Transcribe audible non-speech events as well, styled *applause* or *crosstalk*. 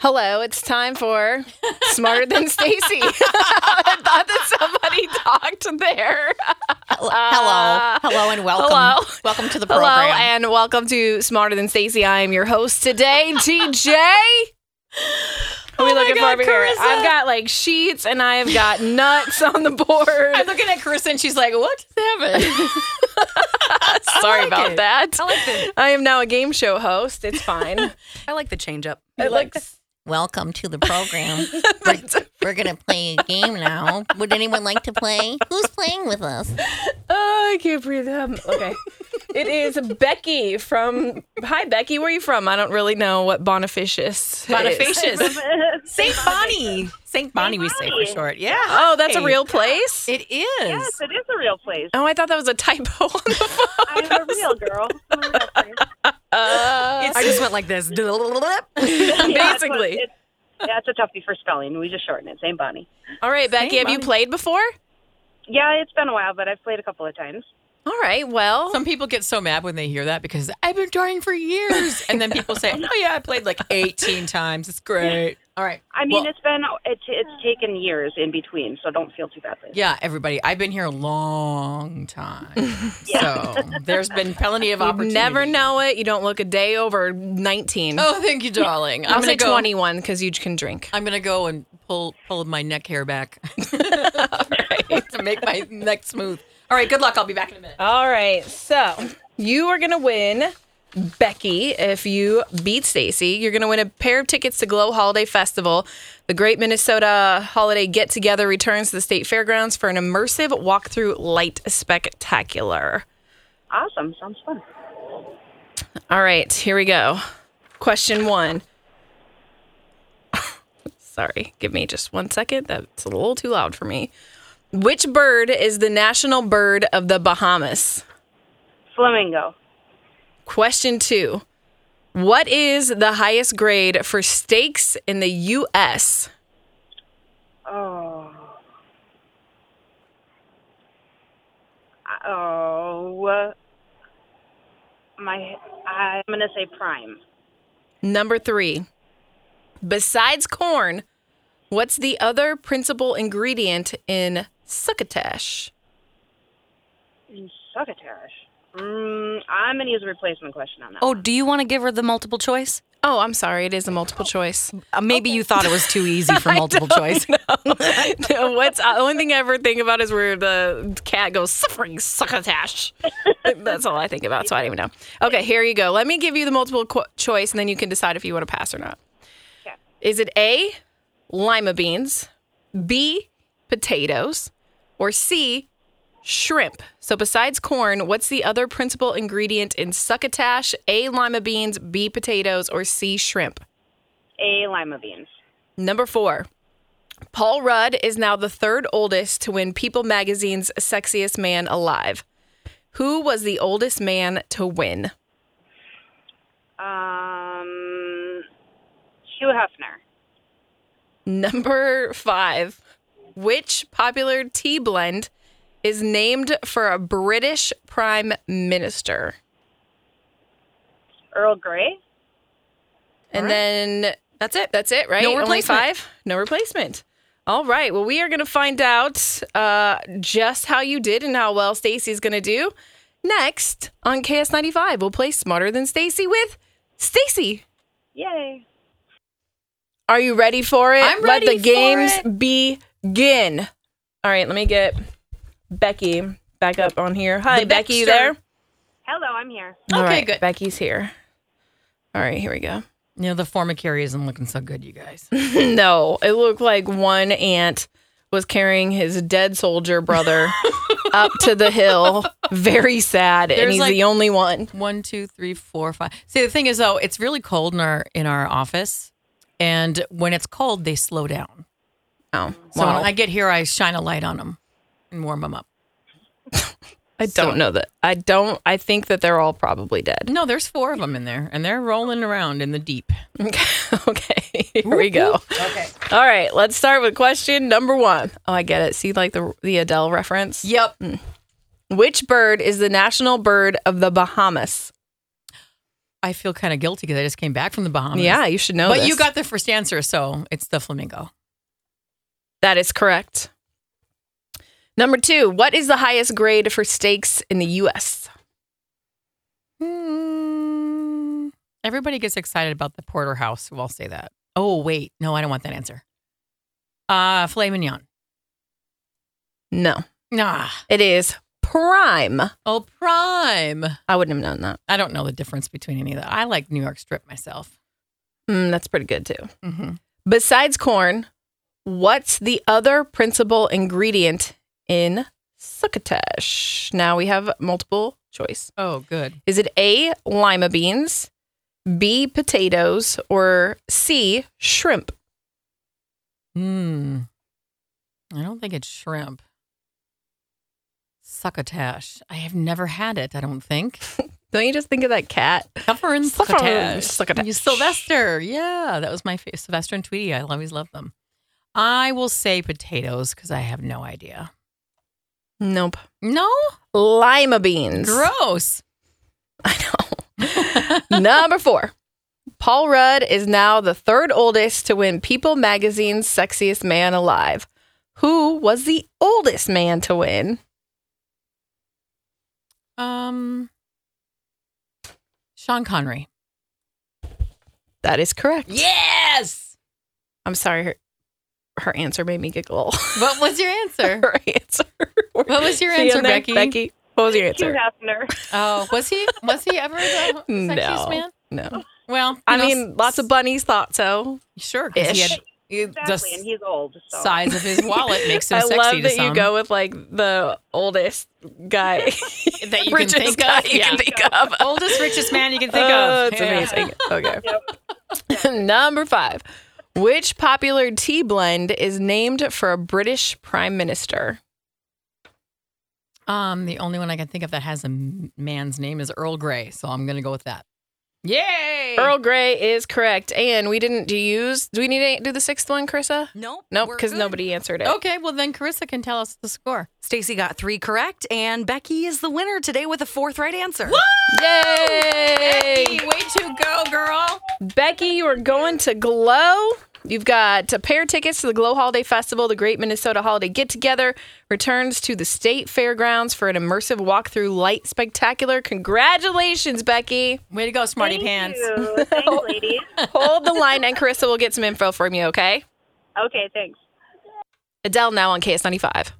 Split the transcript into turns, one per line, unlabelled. Hello, it's time for Smarter
*laughs*
Than Stacy. *laughs* I thought that somebody talked there.
Hello, hello, hello, and welcome.
hello.
welcome to the
Hello
program.
and welcome to Smarter Than Stacy. I am your host
*laughs*
today, TJ. What are we
Oh my
looking
God,
for over here?
Carissa.
I've got like sheets and I've got nuts on the
*laughs* I'm
board.
looking at Carissa, and she's like, "What happened?"
*laughs*
Sorry
like
about
it.
that.
I like the,
I am now a game show host. It's
*laughs*
fine.
I like the change up.
it
*laughs*
looks
welcome to the program. we're, we're gonna play a game now. Would anyone like to play? Who's playing with us?
Oh, I can't breathe. Um, *laughs* okay. it is Becky from. Hi, Becky. Where are you from? I don't really know what Bonifacius. is.
*laughs*
*laughs* Bonifacius. St. Bonnie. St. Bonnie, we say for
Bonnie.
short. Yeah.
Oh, that's a
Hey.
real place?
It is.
Yes, it is a real
*laughs*
place.
Oh, I thought that was a typo on the phone.
I'm a real girl. I'm a real
*laughs*
place.
Uh,
I just went like this. *laughs*
Yeah, it's
Basically.
one- it's- Yeah, it's a toughie for spelling. We just shorten it. Same Bonnie.
all right, Becky, have you
Bonnie.
played before?
Yeah, it's been a while, but I've played a couple of times.
All right, well.
Some people get so mad when they hear that because I've been drawing for years. And then people say, oh, yeah, I played like 18 times. It's great. All right.
I mean,
Well-
it's been it's it's taken years in between, so don't feel too badly.
Yeah, everybody. I've been here a
*laughs*
long time. So there's been plenty of
You
opportunity.
never know it. You don't look a day over 19.
*laughs* Oh, thank you, darling. I'm
I'll
gonna
say
go,
21 because you can drink.
I'm gonna go and pull pull my neck
*laughs*
hair back *laughs* to make my neck smooth. All right, good luck. I'll be back in a minute.
All right, so you are gonna win, Becky. If you beat Stacy, you're gonna win a pair of tickets to Glow Holiday Festival. The Great Minnesota Holiday Get Together returns to the state fairgrounds for an immersive walkthrough light spectacular.
Awesome. Sounds fun.
All right, here we go. Question one. *laughs* Sorry, give me just one second. That's a little too loud for me. Which bird is the national bird of the Bahamas?
Flamingo.
Question two What is the highest grade for steaks in the U.S.?
Oh. Uh, Oh. My, I'm gonna say prime.
Number three. Besides corn, what's the other principal ingredient in succotash?
Succotash. Mm, I'm gonna use a replacement question on that.
Oh, do you want to give her the multiple choice?
Oh, I'm sorry. It is a multiple choice.
Uh, maybe you thought it was too
*laughs*
easy for multiple choice.
*laughs* No, What's the only thing I ever think about is where the cat goes suffering succotash. That's all I think about, so I don't even know. Okay, here you go. Let me give you the multiple qu- choice, and then you can decide if you want to pass or not.
Okay.
Is it A, lima beans, B, potatoes, or C, shrimp? So besides corn, what's the other principal ingredient in succotash? A, lima beans, B, potatoes, or C, shrimp?
A lima beans.
Number four, Paul Rudd is now the third oldest to win People magazine's Sexiest Man Alive. Who was the oldest man to win?
Um, Hugh Hefner.
Number five, which popular tea blend is named for a British prime minister?
Earl Grey.
And then that's it. That's it, right?
No
Only
replacement.
five? No replacement. All right. Well, we are going to find out uh, just how you did and how well Stacy's going to do next on KS95. We'll play Smarter Than Stacy with Stacy.
Yay.
Are you ready for it?
I'm
Let
ready
the
for
games
it.
begin. All right. Let me get Becky back up on here. Hi,
The
Becky, you there?
Beckster.
Hello, I'm here.
All
Okay,
right,
good.
Becky's here. All right. Here we go.
You know, the formicary isn't looking so good,
*laughs*
you guys.
No, it looked like one ant was carrying his dead soldier *laughs* brother up to the hill, very sad, and
There's
he's
like-
the only one.
One, two, three, four, five. See, the thing is though, it's really cold in our in our office. And when it's cold, they slow down.
Oh,
So
wow.
when I get here, I shine a light on them and warm them up.
I don't know that. I don't. I think that they're all probably dead.
No, there's four of them in there, and they're rolling around in the deep.
Okay, *laughs* okay. here we go. Okay. All right, let's start with question number one. Oh, I get it. See, like the the Adele reference.
Yep.
Which bird is the national bird of the Bahamas?
I feel kind of guilty because I just came back from the Bahamas.
Yeah, you should know.
but
this.
you got the first answer, so it's the flamingo.
that is correct. Number two, what is the highest grade for steaks in the U.S.?
Hmm. Everybody gets excited about the porterhouse. Well, I'll say that. Oh wait, no, I don't want that answer. Uh filet mignon.
No,
Nah.
it is prime.
Oh, prime.
I wouldn't have known that.
I don't know the difference between any of that. I like New York strip myself.
Mm, that's pretty good too.
Mm-hmm.
Besides corn, what's the other principal ingredient in succotash? Now we have multiple choice.
Oh, good.
Is it A, lima beans, B, potatoes, or C, shrimp?
Hmm. I don't think it's shrimp. Succotash. I have never had it. I don't *laughs* think.
Don't you just think of that cat?
Covering
Succotash.
succotash.
Succotash.
You- Sylvester. Yeah, that was my fa- Sylvester and Tweety. I always love them. I will say potatoes because I have no idea.
Nope.
No,
Lima beans.
gross.
I know. Number four. Paul Rudd is now the third oldest to win People magazine's sexiest man alive. Who was the oldest man to win?
Um, Sean Connery.
That is correct.
Yes.
I'm sorry, her, her answer made me giggle. *laughs*
What was your answer? *laughs*
her answer. What
was your answer, Becky?
Becky, what was your
Hugh
answer?
Hefner.
Oh, was he? Was he ever *laughs* the
No.
sexiest man?
No.
Well, you
I
know,
mean,
s-
lots of bunnies thought so.
sure. 'cause He
ish.
had, he- *laughs* the
Exactly, and he's old. So.
size of his wallet makes him
*laughs* I
sexy
love
to
that
some.
you
*laughs*
go with like the oldest *laughs* guy
that *laughs* you can
richest
think
guy
of.
you
yeah.
can think of. *laughs*
Oldest, richest man you can think
Oh,
of.
It's
Yeah.
amazing. Okay. *laughs* Number five. Which popular tea blend is named for a British prime minister?
Um, the only one I can think of that has a m- man's name is Earl Grey, so I'm gonna go with that. Yay!
Earl Grey is correct. And we didn't do use. Do we need to do the sixth one, Carissa?
Nope.
Nope,
we're
because
good.
nobody answered it.
Okay, well then Carissa can tell us the score.
Stacy got three correct, and Becky is the winner today with a fourth right answer.
Yay!
Hey, way to go, girl!
Becky, you are going to Glow. You've got a pair of tickets to the Glow Holiday Festival, the Great Minnesota Holiday Get Together, returns to the state fairgrounds for an immersive walkthrough light spectacular. Congratulations, Becky.
Way to go, smarty
Thank
pants.
you. Thanks,
*laughs*
ladies.
Hold the line, and Carissa will get some info from you, okay?
Okay, thanks.
Adele now on KS95.